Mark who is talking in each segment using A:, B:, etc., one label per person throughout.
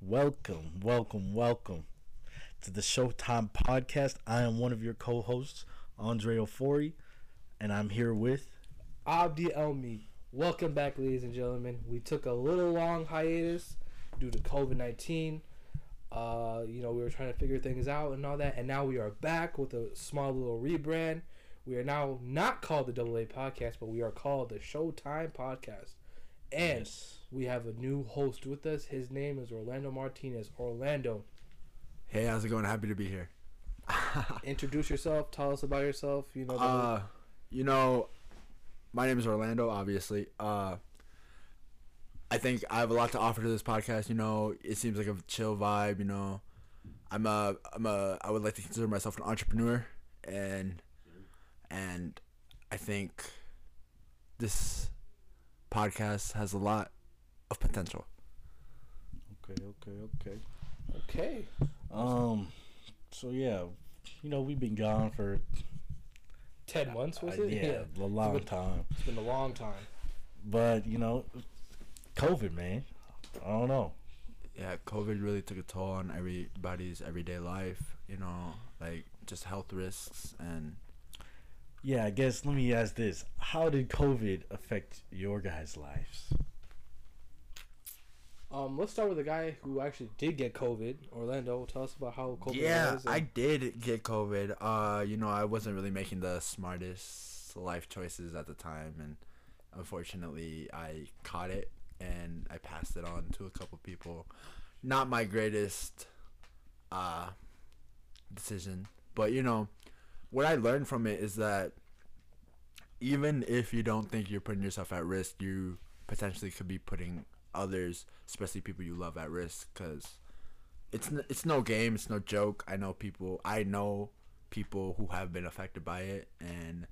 A: Welcome, welcome, welcome to the Showtime Podcast. I am one of your co hosts, Andre Ofori, and I'm here with.
B: Abdi Elmi. Welcome back, ladies and gentlemen. We took a little long hiatus due to COVID 19. Uh, you know, we were trying to figure things out and all that, and now we are back with a small little rebrand. We are now not called the Double A Podcast, but we are called the Showtime Podcast. And we have a new host with us. His name is Orlando Martinez. Orlando,
C: Hey, how's it going? Happy to be here.
B: introduce yourself. Tell us about yourself. You know, the-
C: Uh, you know, my name is Orlando. Obviously, uh, I think I have a lot to offer to this podcast. You know, it seems like a chill vibe. You know, I'm a, I'm a, I would like to consider myself an entrepreneur, and and I think this podcast has a lot of potential.
A: Okay, okay, okay.
B: okay.
A: Um, so yeah, you know, we've been gone for,
B: 10 months, was
A: uh,
B: it?
A: yeah, a long time.
B: It's been a long time.
A: But, you know, COVID, man. I don't know.
C: yeah, COVID really took a toll on everybody's everyday life. You know, like just health risks and
A: Yeah, I guess let me ask this. How did COVID affect your guys' lives?
B: Um, let's start with a guy who actually did get COVID. Orlando, tell us about how COVID
C: yeah,
B: was. and-
C: I did get COVID. Uh, you know, I wasn't really making the smartest life choices at the time, and unfortunately, I caught it and I passed it on to a couple people. Not my greatest uh, decision, but you know, what I learned from it is that even if you don't think you're putting yourself at risk, you potentially could be putting others, especially people you love, at risk because it's n- it's no game, it's no joke. I know people. I know people who have been affected by it, and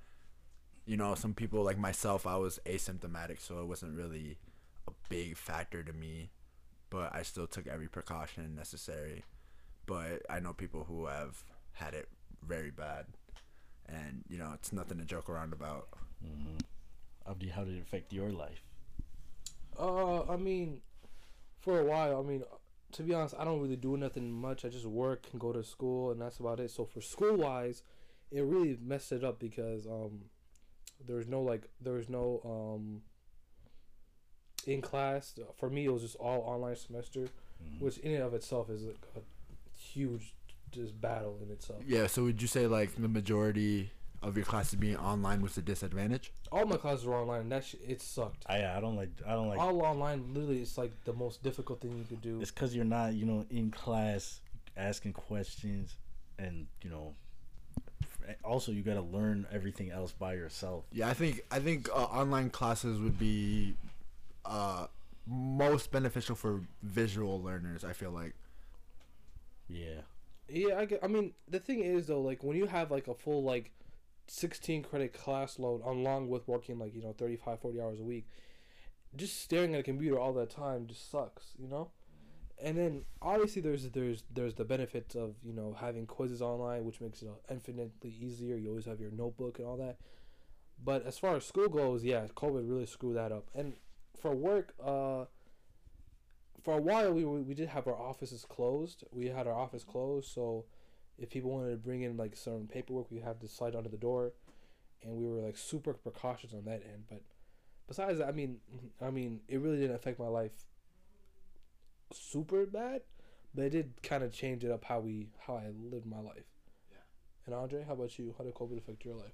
C: you know, some people like myself. I was asymptomatic, so it wasn't really a big factor to me. But I still took every precaution necessary. But I know people who have had it very bad, and you know, it's nothing to joke around about.
A: Abdi, how did it affect your life?
B: Uh, I mean, for a while, I mean, to be honest, I don't really do nothing much. I just work and go to school, and that's about it. So for school wise, it really messed it up because um, there's no like there's no um. In class, for me, it was just all online semester, which in and of itself is like a huge just battle in itself.
C: Yeah. So would you say like the majority of your classes being online was a disadvantage?
B: All my classes were online, and that sh- it sucked.
A: I I don't like I don't like
B: all online literally it's like the most difficult thing you could do
A: it's because you're not you know in class asking questions and you know f- also you got to learn everything else by yourself
C: Yeah, I think I think uh, online classes would be uh, most beneficial for visual learners. I feel like
A: yeah
B: yeah I, get, I mean the thing is though like when you have like a full like 16 credit class load along with working like you know 35 40 hours a week just staring at a computer all that time just sucks you know and then obviously there's there's there's the benefits of you know having quizzes online which makes it infinitely easier you always have your notebook and all that but as far as school goes yeah covid really screwed that up and for work uh for a while we were, we did have our offices closed. We had our office closed, so if people wanted to bring in like certain paperwork, we had to slide under the door, and we were like super precautious on that end. But besides that, I mean, I mean, it really didn't affect my life super bad, but it did kind of change it up how we how I lived my life. And Andre, how about you? How did COVID affect your life?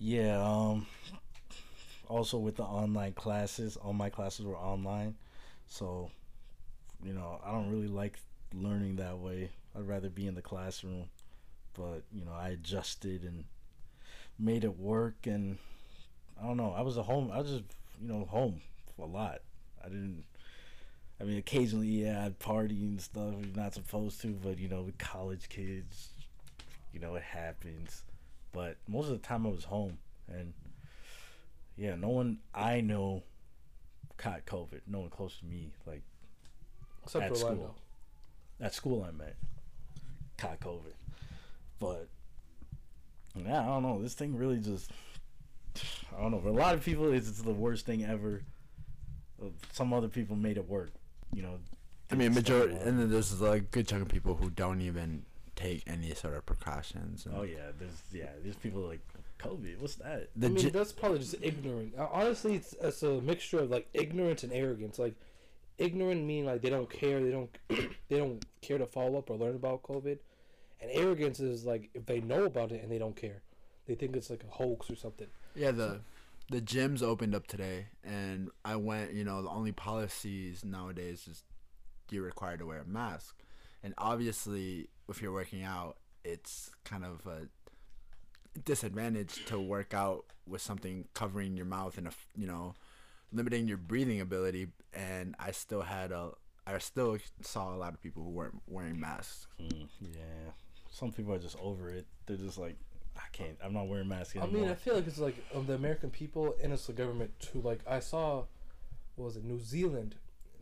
A: yeah um also with the online classes all my classes were online so you know I don't really like learning that way I'd rather be in the classroom but you know I adjusted and made it work and I don't know I was a home I was just you know home a lot I didn't I mean, occasionally, yeah, I'd party and stuff. You're not supposed to, but you know, with college kids, you know, it happens. But most of the time, I was home, and yeah, no one I know caught COVID. No one close to me, like
B: Except
A: At
B: for
A: school.
B: Orlando.
A: at school I met, caught COVID. But that, I don't know. This thing really just, I don't know. For a lot of people, it's, it's the worst thing ever. Uh, Some other people made it work. You know.
C: I mean,
A: did stuff
C: majority,
A: wrong.
C: and then there's like a good chunk of people who don't even take any sort of precautions. And
A: Oh yeah, there's yeah, there's people like COVID. What's that?
C: The
B: I mean,
C: ge-
B: that's probably just ignorant. Uh, Honestly, it's, it's a mixture of like ignorance and arrogance. Like ignorant meaning like they don't care, they don't they don't care to follow up or learn about COVID, and arrogance is like if they know about it and they don't care, they think it's like a hoax or something.
C: Yeah, the the gyms opened up today, and I went. You know, the only policies nowadays is you're required to wear a mask, and obviously, if you're working out, it's kind of a disadvantage to work out with something covering your mouth and a f- you know limiting your breathing ability. And I still had a. I still saw a lot of people who weren't wearing masks.
A: Mm, yeah, some people are just over it. They're just like, I can't. I'm not wearing masks
B: I
A: anymore.
B: mean, I feel like it's like of the American people and it's the government too. Like I saw, what was it New Zealand?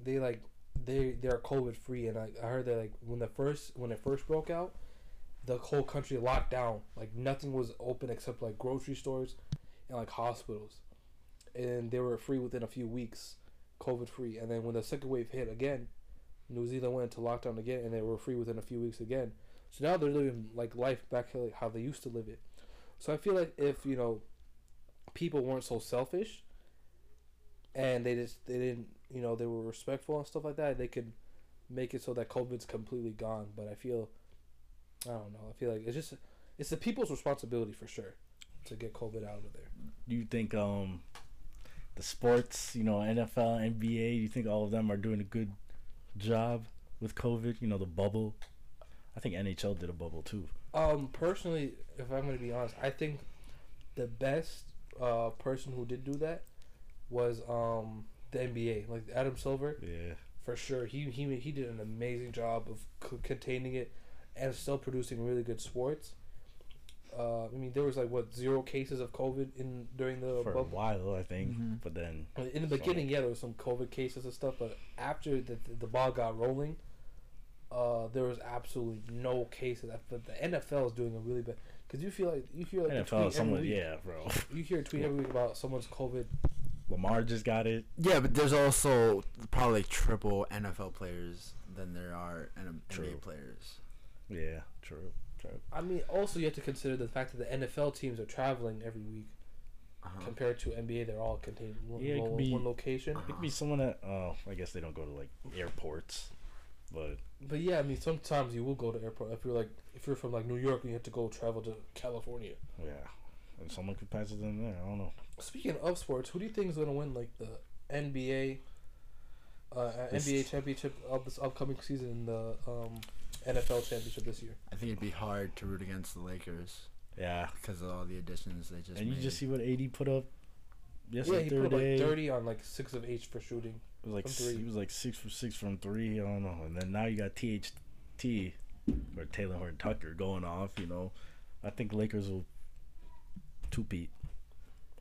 B: They like they they are COVID free, and I, I heard that like when the first when it first broke out, the whole country locked down. Like nothing was open except like grocery stores and like hospitals, and they were free within a few weeks, COVID free. And then when the second wave hit again, New Zealand went into lockdown again, and they were free within a few weeks again. So now they're living like life back like, how they used to live it. So I feel like if you know, people weren't so selfish, and they just they didn't you know they were respectful and stuff like that, they could make it so that COVID's completely gone. But I feel, I don't know. I feel like it's just it's the people's responsibility for sure to get COVID out of there.
A: Do you think um, the sports, you know, NFL, NBA, you think all of them are doing a good job with COVID? You know, the bubble. I think NHL did a bubble too.
B: Um, personally, if I'm going to be honest, I think the best uh, person who did do that was um, the NBA, like Adam Silver.
A: Yeah.
B: for sure. He he he did an amazing job of c- containing it, and still producing really good sports. Uh, I mean, there was like what zero cases of COVID in during the
A: For a
B: bubble. Mm-hmm.
A: while, I think,
C: Mhm.
A: but then
B: In the
A: So-
B: beginning, yeah, there was some COVID cases and stuff, but after the the, the ball got rolling, uh, there was absolutely no cases. I- But the NFL is doing a really bad because you feel like you hear like a
A: NFL,
B: tweet
A: someone,
B: every week.
A: yeah, bro.
B: You hear a tweet every week about someone's COVID.
A: Lamar just got it.
C: Yeah, but there's also probably triple NFL players than there are N-
A: True.
C: NBA players.
A: Yeah, true, true.
B: I mean, also you have to consider the fact that the NFL teams are traveling every week.
C: Uh-huh.
B: compared to NBA, they're all contained in one,
A: Yeah, it could
B: one-
A: be-
B: one location.
A: It could be someone that, oh, I guess they don't go to like airports, but
B: But yeah, I mean, sometimes you will go to airport if you're like if you're from like New York and you have to go travel to California.
A: yeah, if someone could pass it in there, I don't know.
B: Speaking of sports, who do you think is going to win like the NBA uh, uh,
A: This-
B: NBA championship of this upcoming season and the um, NFL championship this year?
C: I think it'd be hard to root against the Lakers
A: Yeah,
C: because of all the additions they just
A: and you
C: made.
A: just see what AD put up.
B: yeah,
A: Yesterday,
B: he put like
A: day.
B: thirty on like six of eight for shooting.
A: It was like
B: From
A: s-
B: three.
A: he was like six for six from three. I don't know. And then now you got THT or Taylor Horn Tucker going off. You know, I think Lakers will two peat.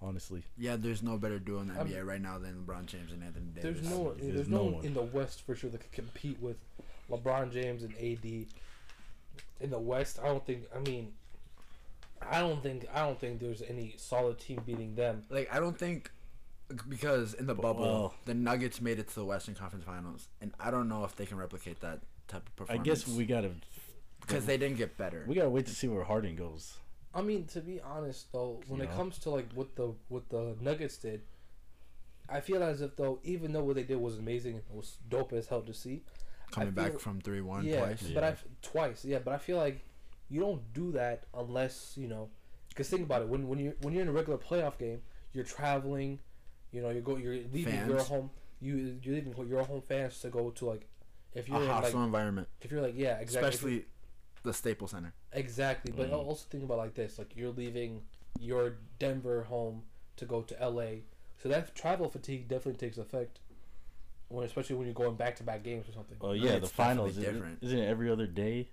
A: Honestly,
C: yeah, there's no better duo in the
B: I'm-
C: NBA right now than LeBron James and Anthony Davis.
B: There's no
A: there's
B: there's, no,
A: no
B: one
A: one.
B: in the West for sure that could compete with LeBron James and AD. In the West, I don't think. I mean, I don't think. I don't think there's any solid team beating them.
C: like I don't think because in the bubble
A: well-
C: the Nuggets made it to the Western Conference Finals, and I don't know if they can replicate that type of
A: I
C: performance.
A: guess we gotta
C: because they didn't get better.
A: we gotta wait to see where Harden goes.
B: I mean, to be honest though, when it
A: Yeah.
B: comes to like what the what the Nuggets did, I feel as if though, even though what they did was amazing, it was dope as hell to see.
C: Coming back
B: feel-
C: from three one
B: yeah,
C: twice.
B: but
A: Yeah.
B: I f- twice, yeah, but I feel like you don't do that unless you know. Because think about it when when you when you're in a regular playoff game, you're traveling, you know, you're go you're leaving your
C: Fans.
B: home, you you're leaving your home fans to go to like, if you're
C: A
B: in, like
C: hostile environment,
B: if you're like yeah exactly if
C: especially the Staples Center.
B: Exactly, but
A: Mhm.
B: al- also think about it like this: like you're leaving your Denver home to go to L.A., so that travel fatigue definitely takes effect. When especially when you're going back to back games or something.
A: Well,
C: Yeah,
A: yeah, the
C: it's
A: finals
C: definitely
A: isn't,
C: different.
A: isn't it every other day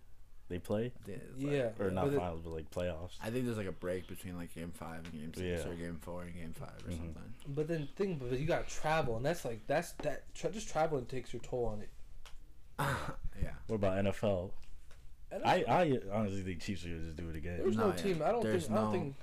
A: they play
C: Yeah, it's like-
B: yeah,
A: or not
B: but it-
A: finals, but like playoffs.
C: I think there's like a break between like game five and game six
A: Yeah.
C: or game four and game five or
A: Mhm.
C: something.
B: But then think, but you got to travel, and that's like that's that tra- just traveling takes your toll on it.
C: yeah.
A: What about NFL?
B: And
A: I, I honestly think Chiefs are gonna just do it again.
B: There's no
C: Nah, yeah.
B: team. I don't
C: There's
B: think. I don't
C: no-
B: think.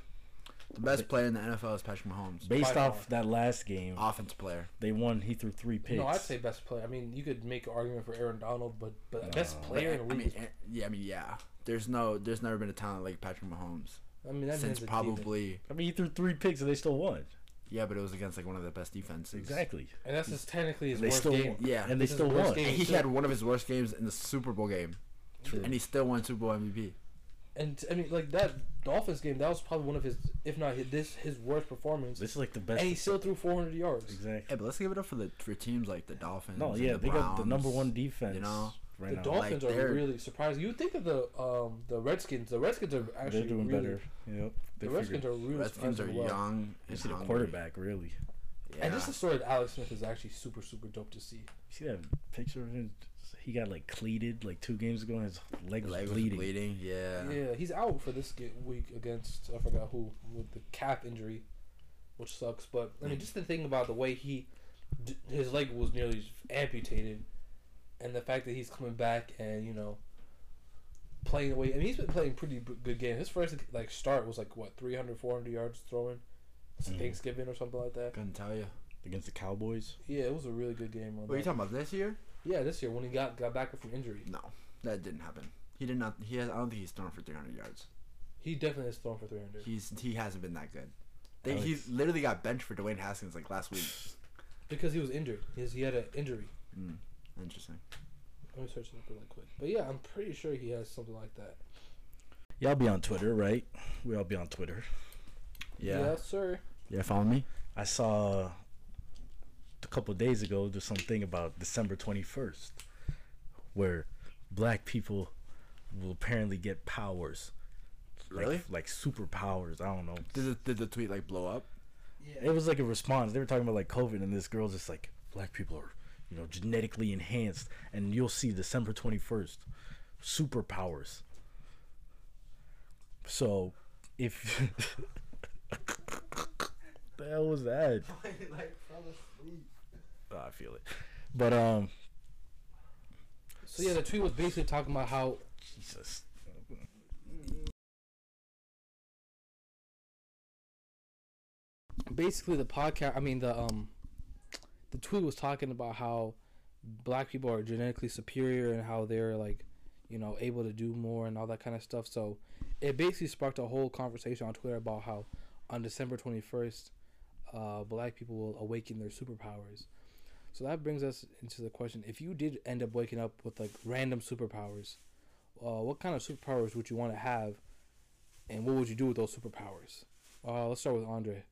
C: The best player in the NFL is Patrick Mahomes.
A: Based
B: by
A: off that last game,
C: Offense player.
A: they won. He threw three picks.
B: No, I'd say best player. I mean, you could make an argument for Aaron Donald, but but best
A: No.
B: player in the
C: I
B: league.
C: mean, eh, yeah, I mean, yeah. There's no, there's never been a talent like Patrick Mahomes
B: I mean, that
C: since
B: means probably.
C: probably.
A: I mean, he threw three picks and they still won.
C: Yeah, but it was against like one of the best defenses.
A: Exactly.
B: And that's just technically his
A: They
B: worst
A: still
B: game.
A: won.
C: Yeah,
A: and they
B: This is
A: still
B: the worst
A: won.
B: game.
C: And he
B: True.
C: had one of his worst games in the Super Bowl game,
A: True.
C: and he still won Super Bowl MVP.
B: And I mean, like that Dolphins game, that was probably one of his, if not his, this, his worst performance.
A: This is like the best.
B: And he still threw 400 yards.
A: exactly.
C: Hey, but let's give it up for the for teams like the Dolphins.
A: No,
C: and
A: yeah,
C: the
A: they got the
C: Browns.
A: number one defense.
C: you know?
A: right
B: the
A: now.
C: Dolphins
B: Dolphins
C: Like,
B: are
C: they're-
B: really surprising. You would think of the um the Redskins. The Redskins are actually
A: They're doing
B: really,
A: better. Yep. They
B: the
A: figured-
B: Redskins are really
C: Redskins
B: surprising
C: are
B: well.
C: young.
A: You
C: and
A: see the
C: hungry.
A: quarterback really.
C: Yeah.
B: And just the story of Alex Smith is actually super super dope to see.
A: You see that picture of him? He got like cleated like two games ago, and his leg
C: The
A: was
C: leg was
A: bleeding.
C: bleeding. Yeah.
B: Yeah, he's out for this ge- week against I forgot who with the calf injury, which sucks. But I
C: Mm.
B: mean, just the thing about the way he d- his leg was nearly amputated, and the fact that he's coming back and you know playing away. I mean, he's been playing pretty b- good game. His first like start was like what 300, 400 yards throwing. It's
C: Mm.
A: Mhm.
B: Thanksgiving or something like that.
C: Couldn't tell you.
A: against the Cowboys.
B: Yeah, it was a really good game. On
C: What are you
B: that.
C: talking about this year?
B: yeah, this year when he got got back from injury,
C: No, that didn't happen. He did not. He has. I don't think he's thrown for 300 yards.
B: he definitely has thrown for three hundred.
C: He's. He hasn't been that good. They,
A: Alex-
C: he literally got benched for Dwayne Haskins like last week.
B: Because he was injured. He, has, he had an injury.
C: Mm, interesting.
B: Let me search it up really quick. But yeah, I'm pretty sure he has something like that.
A: Y'all be on Twitter, right? We all be on Twitter.
C: Yeah.
B: sir.
C: Yeah. Follow me.
A: I saw a couple days ago there's something about December 21st where black people will apparently get powers. Like,
C: Really?
A: Like superpowers. I don't know.
C: Did the, did the tweet like blow up?
A: It was like a response. They were talking about like COVID, and this girl's just like, black people are, you know, genetically enhanced, and you'll see December 21st, superpowers. So, if. the hell was that? Oh, I feel it. But, um,
B: So yeah, the tweet was basically talking about how
A: Jesus.
B: basically the podcast. I mean the um, the tweet was talking about how black people are genetically superior and how they're like, you know, able to do more and all that kind of stuff. So it basically sparked a whole conversation on Twitter about how on December twenty first, uh, black people will awaken their superpowers. So that brings us into the question: If you did end up waking up with like random superpowers, uh, what kind of superpowers would you want to have, and what would you do with those superpowers? Uh, let's start with Andre.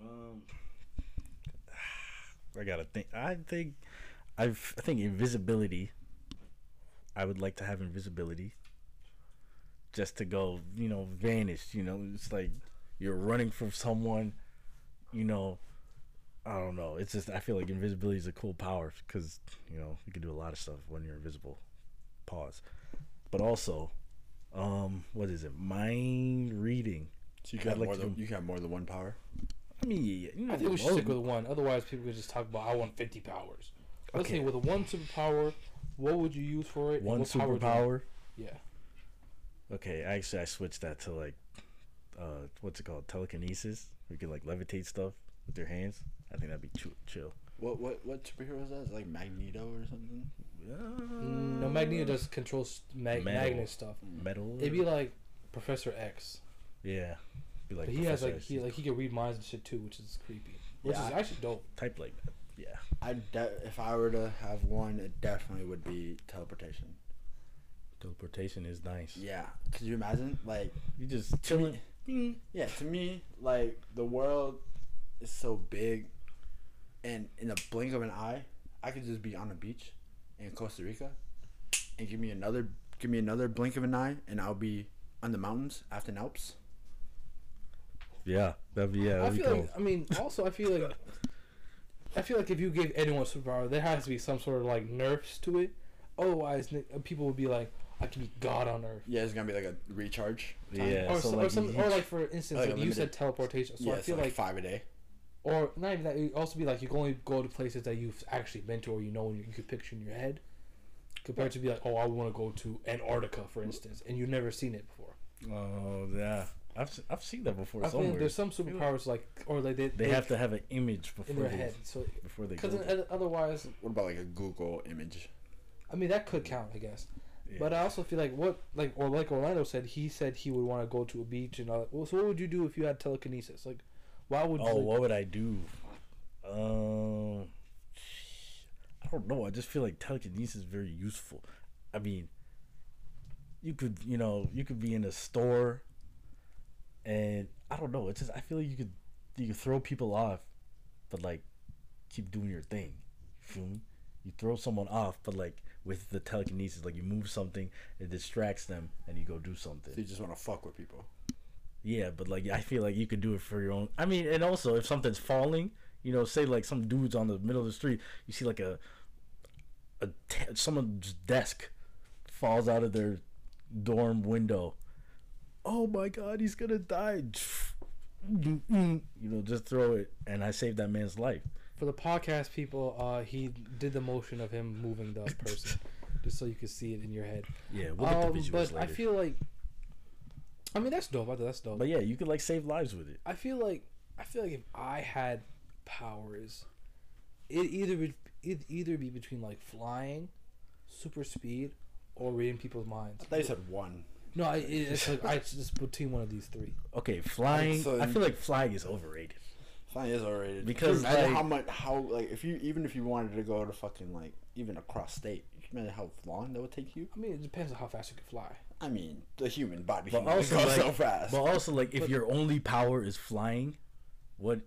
A: Um, I gotta think. I think, I've, I think invisibility. I would like to have invisibility. Just to go, you know, vanish. You know, it's like you're running from someone. You know, I don't know. It's just I feel like invisibility is a cool power because you know you can do a lot of stuff when you're invisible. Pause. But also, um, what is it? Mind reading.
C: So you
A: can I'd have like more to than- do-
C: you can have more than one power.
A: I mean, yeah, yeah, you know,
B: I think we should
A: both-
B: stick with one. Otherwise, people could just talk about I want fifty powers. Let's
A: Okay.
B: see, with one superpower, what would you use for it? and
A: one
B: what power would you-
A: superpower.
B: Yeah.
A: Okay, actually, I switched that to like, uh, what's it called? Telekinesis. We can like levitate stuff with your hands. I think that'd be chu- chill.
C: What what what superhero is that? Is it like Magneto or something?
B: No, Magneto does control s- mag-
A: Metal.
B: magnet stuff.
A: Metal.
B: Mm. It'd be like Professor X,
A: yeah. Be like
B: but he has
A: Professor
B: like he
A: X,
B: like he can read minds and shit too, which is creepy. Which
C: Yeah,
B: is
C: I-
B: actually dope.
A: type like that. Yeah.
C: I de- if I were to have one, it definitely would be teleportation.
A: Teleportation is nice.
C: Yeah, could you imagine? Like,
A: You just chilling.
C: mm, yeah, to me, like the world is so big, and in the blink of an eye, I could just be on a beach in Costa Rica, and give me another give me another blink of an eye, and I'll be on the mountains after an Alps.
A: Yeah, that'd be
B: I
A: yeah. That'd be
B: feel
A: cool.
B: like I mean also I feel like I feel like if you gave anyone a superpower, there has to be some sort of like nerfs to it. Otherwise, ni- people would be like, I can be God on Earth.
C: Yeah, it's gonna be like a recharge. time.
A: yeah.
B: or,
A: so
B: so,
A: like,
B: or, some,
A: you-
B: or like for instance,
C: Like
B: like you
C: unlimited-
B: said teleportation. So
C: yeah,
B: I
C: it's
B: feel like,
C: five a day.
B: or not even that. It would also be like you can only go to places that you've actually been to or you know and you, you could picture in your head. compared to be like, oh, I want to go to Antarctica, for
A: Mm.
B: instance, and you've never seen it before.
A: Oh yeah, I've se- I've seen that before
B: I
A: somewhere.
B: mean, there's some superpowers like, or like they
A: they have to have an image
B: in
A: before
B: their
A: they
B: head. So
A: before they go.
B: because
A: there.
B: otherwise,
C: What about like a Google image?
B: I mean, that could count, I guess.
A: Yeah.
B: But I also feel like what, like, or like Orlando said, he said he would want to go to a beach and all that. Well, so what would you do if you had telekinesis? Like, why would you?
A: oh,
B: like-
A: what would I do? Um, I don't know. I just feel like telekinesis is very useful. I mean, you could you know you could be in a store, and I don't know. It's just I feel like you could you could throw people off, but like keep doing your thing. You feel me? You throw someone off, but like with the telekinesis, like you move something, it distracts them, and you go do something.
C: So you just want to fuck with people.
A: Yeah, but like I feel like you could do it for your own. I mean, and also if something's falling, you know, say like some dude's on the middle of the street, you see like a a t- someone's desk falls out of their dorm window. Oh my god, he's gonna die! You know, just throw it, and I saved that man's life.
B: For the podcast people, uh, he did the motion of him moving the person, just so you could see it in your head.
A: Yeah, we'll get
B: Um,
A: the visuals
B: but
A: later.
B: I feel like, I mean, that's dope. I think That's dope.
A: but yeah, you could like save lives with it.
B: I feel like, I feel like if I had powers, it either would it either be between like flying, super speed, or reading people's minds.
C: I thought you said one.
B: No, I, it- it's like I it's just between one of these three.
A: Okay, flying.
C: so
A: I
C: you-
A: feel like flying is overrated.
C: Flying is overrated.
A: Because,
C: Imagine
A: like-
C: how much how like if you even if you wanted to go to fucking like even across state, you can imagine how long that would take you.
B: I mean, it depends on how fast you can fly.
C: I mean, the human body
A: But
C: can go
A: also, like,
C: so fast.
A: But also, like, if your only power is flying, what,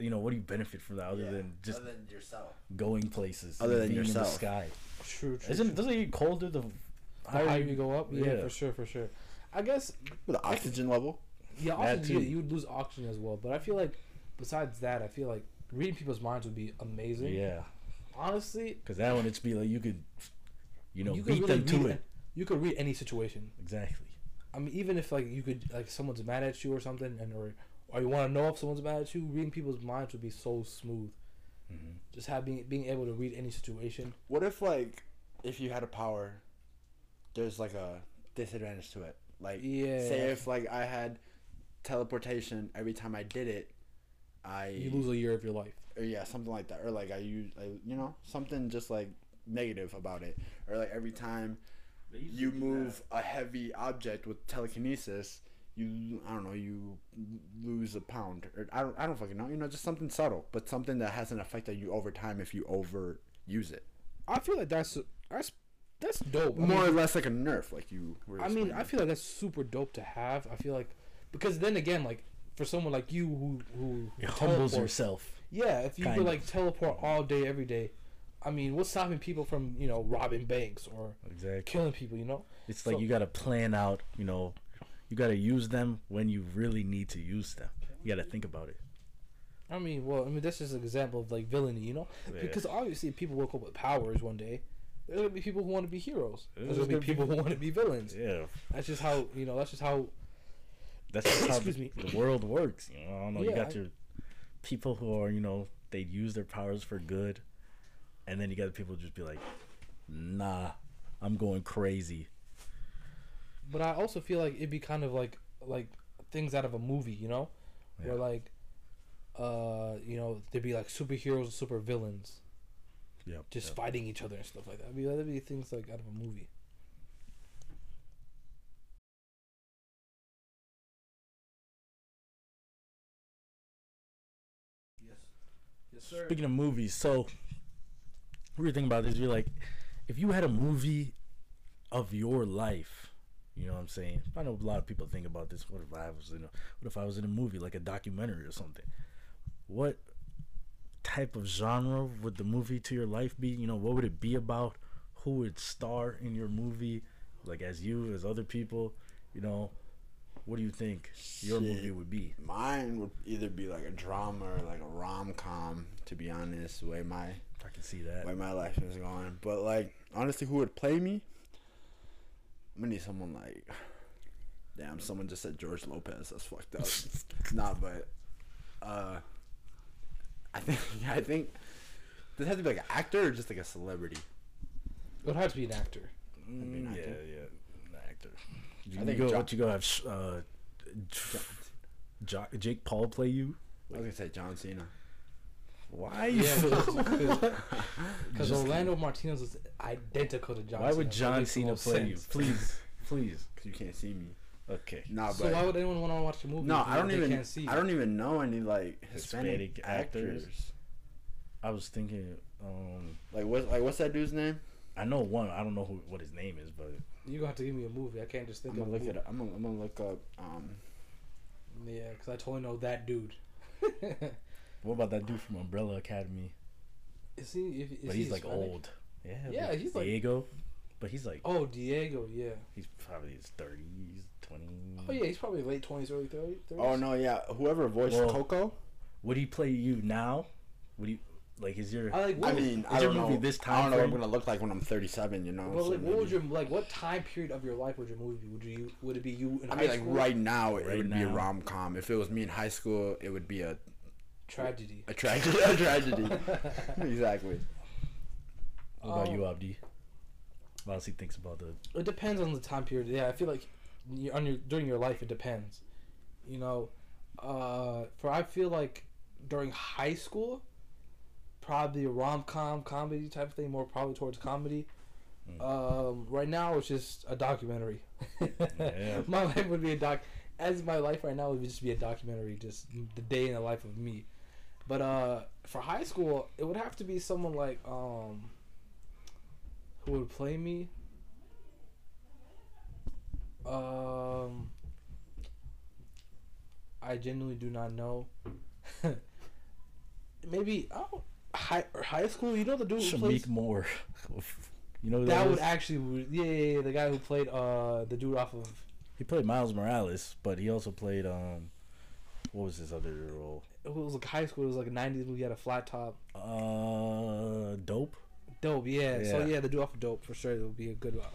A: you know, what do you benefit from that other than just
C: than yourself.
A: going places?
C: Other
A: and
C: than
A: being in
C: yourself.
A: the sky.
B: True, true.
A: Isn't doesn't it get colder the
B: the higher you go up? Yeah,
A: yeah.
B: for sure, for sure. I guess
C: With the oxygen level.
B: yeah,
A: That
B: oxygen,
A: too.
B: you, you would lose oxygen as well. But I feel like besides that, I feel like reading people's minds would be amazing.
A: Yeah,
B: Honestly,
A: because that one it's be like you could, you know,
B: you could
A: beat
B: really
A: them to
B: read,
A: it.
B: You could read any situation.
A: Exactly.
B: I mean, even if like you could like someone's mad at you or something, and or or you want to know if someone's mad at you, reading people's minds would be so smooth.
A: Mm-hmm.
B: Just having being able to read any situation.
C: What if like if you had a power, there's like a disadvantage to it. Like
B: Yeah.
C: say if like I had teleportation every time I did it, I
B: You lose a year of your life.
C: or yeah something like that or like I use I, you know something just like negative about it or like every time you move a heavy object with telekinesis. You, I don't know. You lose a pound, or I don't, I don't fucking know. You know, just something subtle, but something that has an effect on you over time if you overuse it.
B: I feel like that's that's that's dope. I
C: More
B: mean,
C: or less like a nerf, like you. Were
B: I mean,
C: explaining.
B: I feel like that's super dope to have. I feel like because then again, like for someone like you who who, who
A: It humbles
B: teleports-
A: yourself.
B: Yeah, if you
A: kind
B: could
A: of.
B: like teleport all day every day, I mean, what's stopping people from you know robbing banks or
A: Exactly.
B: killing people? You know,
A: It's like
B: So-
A: you gotta plan out. You know, you gotta use them when you really need to use them. You gotta think about it.
B: I mean, well, I mean that's just an example of like villainy. You know,
A: Yeah.
B: because obviously if people woke up with powers one day. There's gonna be people who want to be heroes. There's
A: There's
B: gonna be
A: gonna be-
B: people who want to be villains.
A: Yeah,
B: That's just how you know. That's just how
A: that's just how
B: Excuse
A: the,
B: me.
A: the world works. You know, I don't know.
B: Yeah,
A: you got
B: I-
A: your people who are, you know, they use their powers for good, and then you got the people who just be like, "Nah, I'm going crazy."
B: But I also feel like it'd be kind of like like things out of a movie, you know, where
A: Yeah.
B: like, uh, you know, there'd be like superheroes and supervillains
A: Yep.
B: just
A: yep.
B: fighting each other and stuff like that. I mean, that'd be things like out of a movie. Yes, sir.
A: Speaking of movies, so we were thinking about this. You're like, if you had a movie of your life, you know what I'm saying? I know a lot of people think about this. What if I was in a, what if I was in a movie like a documentary or something? What type of genre would the movie to your life be? You know, what would it be about? Who would star in your movie? Like as you, as other people, you know. What do you think your
C: Shit.
A: movie would be?
C: Mine would either be like a drama or like a rom com, to be honest, the way my
A: I can see that.
C: way my life is going. But like honestly who would play me? I'm gonna need someone like Damn, someone just said George Lopez, that's fucked up. nah, but uh I think I think does it have to be like an actor or just like a celebrity?
B: It would have to be an actor.
C: be an
A: Mm, yeah,
C: actor.
A: yeah, an actor. You,
C: think
A: go,
C: Ja-
A: what you go have? sh- Uh, Ja- Jake Paul play you?
C: I was gonna say John Cena.
A: Why?
B: because
A: Just
B: Orlando Martinez is identical to John.
A: Why would
B: Cena. That
A: John
B: makes the
A: Cena
B: most
A: play
B: sense.
A: you? Please, please.
C: Cause you can't see me.
A: Okay.
C: Nah, but
B: So why would anyone want to watch the movie?
C: no,
B: if
C: I don't
B: they
C: even.
B: Can't see
C: I don't even know any like Hispanic,
A: Hispanic
C: actors.
A: actors. I was thinking. Um,
C: Like what? Like what's that dude's name?
A: I know one. I don't know who, what his name is, but
B: You gonna have to give me a movie. I can't just think
C: I'm
B: of. a
C: gonna look
B: movie.
C: it. Up. I'm gonna, I'm gonna look up. Um,
B: Yeah, because I totally know that dude.
A: what about that dude from Umbrella Academy?
B: is he? If, is
A: but
B: he
A: he's like
B: Hispanic?
A: old. Yeah.
B: Yeah,
A: but
B: he's like-
A: Diego. but he's like
B: Oh, Diego. Yeah.
A: he's probably his thirties, twenties.
B: Oh yeah, he's probably late twenties, early thirties.
C: oh no, yeah. Whoever voiced
A: Well,
C: Coco.
A: Would he play you now? Would he like? Is your
B: I like. What
C: I mean, I
A: your
C: don't know.
A: movie this
C: I don't know what I'm
A: timeframe?
C: gonna look like when I'm 37. You know.
B: Well,
C: so
B: like, what would
C: maybe-
B: your like? What time period of your life would your movie be? Would you would it be you in
C: I
B: high
C: mean, like
B: school?
C: right now, it
A: Right
C: would be a
A: now.
C: rom com. If it was me in high school, it would be a
B: tragedy?
C: a tragedy. a tragedy. exactly.
A: What about
B: Um,
A: you, Abdi? Whilst he thinks about the
B: It depends on the time period. Yeah, I feel like you on your during your life it depends. You know, uh, for I feel like during high school, probably a rom com comedy type of thing, more probably towards comedy. Um, right now, it's just a documentary.
A: Yeah.
B: my life would be a doc. As my life right now would just be a documentary, just the day in the life of me. But uh, for high school, it would have to be someone like um, who would play me. Um, I genuinely do not know. Maybe oh, high high school. You know the dude who plays
A: Shamik Moore. you know who
B: that would
A: is?
B: actually yeah, yeah, yeah the guy who played uh the dude off of
A: he played Miles Morales, but he also played um, what was his other role?
B: it was like high school. It was like '90s. We had a flat top.
A: Uh, Dope.
B: Dope, yeah. So
A: Yeah.
B: yeah, the dude off of dope for sure. It would be a good. one.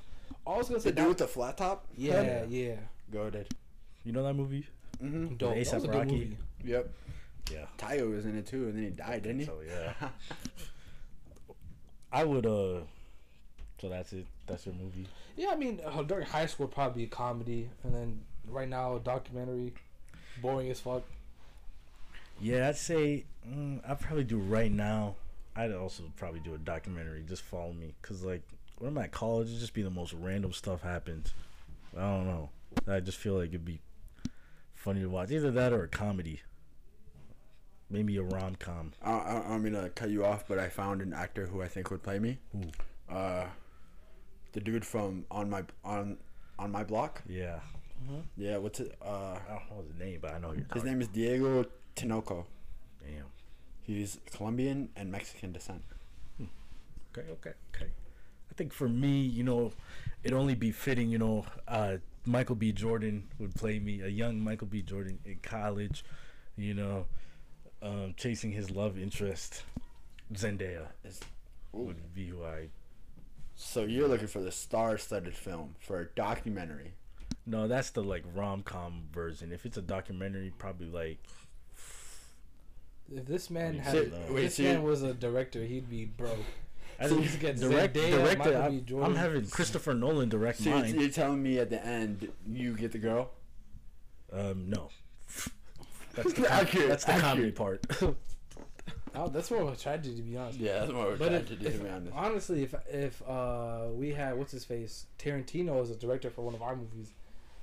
B: I was gonna say
C: The dude
B: that,
C: with the flat top.
B: yeah, yeah.
C: Goaded.
A: You know that movie?
C: Mm-hmm.
B: Dope. That
A: A$AP
B: was a good
A: Rocky.
B: movie.
C: Yep.
A: Yeah.
C: Tayo was in it too, and then he died, didn't he?
A: So yeah, I would uh. So that's it. That's your movie.
B: Yeah, I mean uh, during high school it'd probably be a comedy, and then right now a documentary, boring as fuck.
A: Yeah, I'd say mm, I'd probably do right now. I'd also probably do a documentary. Just follow me, cause like when I'm at college, it just be the most random stuff happens. I don't know. I just feel like it'd be funny to watch. Either that or a comedy. Maybe a rom com.
C: I, I, I don't mean to cut you off, but I found an actor who I think would play me.
A: Who?
C: Uh, the dude from on my on on my block.
A: Yeah,
C: Yeah, what's it? Uh,
A: I don't know his name, but I know you're
C: his
A: talking.
C: name is Diego Tinoco.
A: Damn.
C: He's Colombian and Mexican descent.
A: Okay, okay, okay. I think for me, you know, it only be fitting, you know, uh, Michael B. Jordan would play me, a young Michael B. Jordan in college, you know, um, chasing his love interest, Zendaya,
C: Is-
A: would be who I.
C: So you're looking for the star-studded film for a documentary.
A: No, that's the like rom com version. If it's a documentary, probably like.
B: If this man
A: mean,
B: had,
A: so-
B: if
C: wait,
B: this
C: so
B: man
C: you-
B: was a director, he'd be broke.
A: I
B: So you
A: think
B: just get
A: direct,
B: Zendaya,
A: director.
B: Michael B.
A: I'm,
B: Jordan.
A: I'm having Christopher Nolan direct
C: So you're,
A: mine.
C: you're telling me at the end you get the girl?
A: Um, no. That's the, com-
C: Accurate,
A: that's the comedy
C: accurate.
A: part.
B: Oh, that's more of a tragedy to be honest.
C: Yeah, that's what we're
B: But
C: trying
B: if,
C: to do.
B: if-
C: To be honest,
B: honestly, if if uh, we had what's his face Tarantino as a director for one of our movies,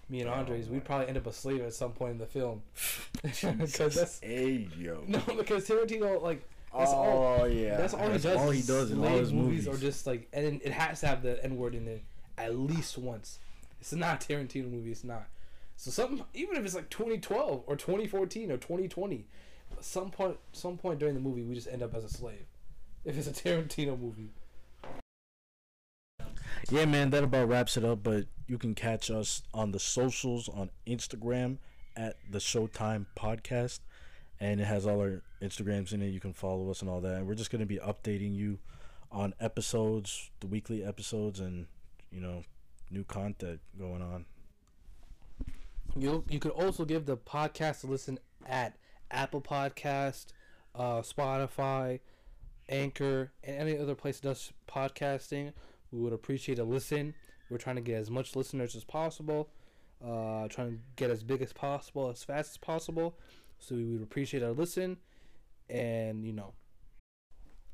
B: me and
A: Oh,
B: Andres,
A: my.
B: we'd probably end up a slave at some point in the film. because
A: Jesus.
B: that's
C: hey yo.
B: no, because Tarantino like that's
C: oh
B: all.
C: yeah.
B: That's all
A: That's
B: he does.
A: all he
B: is
A: does in all
B: slave
A: his
B: movies, are
A: movies.
B: just like, and then it has to have the N word in it at least once. It's not a Tarantino movie. It's not. So some, even if it's like 2012 or 2014 or 2020, some point, some point during the movie, we just end up as a slave. If it's a Tarantino movie,
A: Yeah, man, that about wraps it up. But you can catch us on the socials on Instagram at the Showtime Podcast, and it has all our Instagrams in it. You can follow us and all that. And we're just gonna be updating you on episodes, the weekly episodes, and you know, new content going on.
B: you you could also give the podcast a listen at Apple Podcast, uh, Spotify, Anchor, and any other place that does podcasting. We would appreciate a listen. We're trying to get as much listeners as possible, uh, trying to get as big as possible, as fast as possible. So we would appreciate a listen, and you know,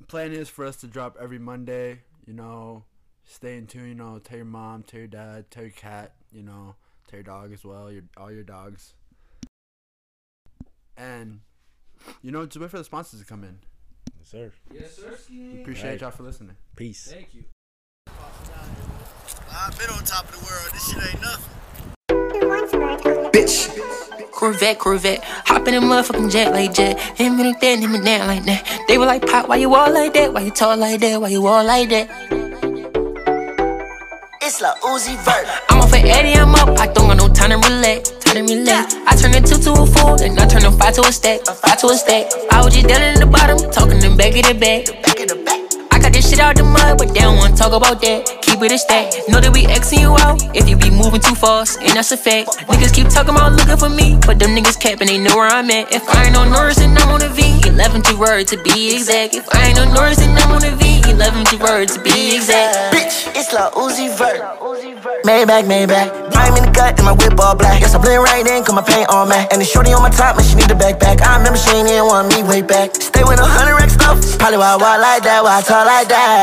C: plan is for us to drop every Monday. You know, stay in tune. You know, tell your mom, tell your dad, tell your cat. You know, tell your dog as well. Your all your dogs. And you know, just wait for the sponsors to come in.
A: Yes, sir.
B: yes, sir.
C: We appreciate
A: Right.
C: y'all for listening.
A: Peace.
B: Thank you.
C: I've been on top of the world. This shit ain't nothing.
D: Bitch. Corvette, Corvette. Hop in a motherfucking jet like jet. Him and that, him and that like that. They were like, Pop, why you all like that? Why you tall like that? Why you all like that?
E: It's La Uzi Vert.
D: I'm off at 80, I'm up. I don't got no time to relax. Time to relax. I turn a two to a four, then I turn a five to a stack. A five to a stack. I was just down in the bottom, talking them back of the back.
E: Back in the back.
D: I got this shit out the mud, but they don't wanna talk about that. Keep it a stack. Know that we Xing you out if you be moving too fast, and that's a fact. Niggas keep talking about looking for me, but them niggas capping, they know where I'm at. If I ain't on Norris, then I'm on a V. 11 to word to be exact. If I ain't on Norris, then I'm on a V. 11 to word to be exact.
E: Bitch, it's La Uzi Vert. Maybach, Maybach. Prime in the gut and my whip all black. Yes, I blend right in, cause my paint all matte. And the shorty on my top, man, she need a backpack. I remember she ain't even want me way back. Stay with a hundred rack stuff. Probably why I walk like that, why I talk like that.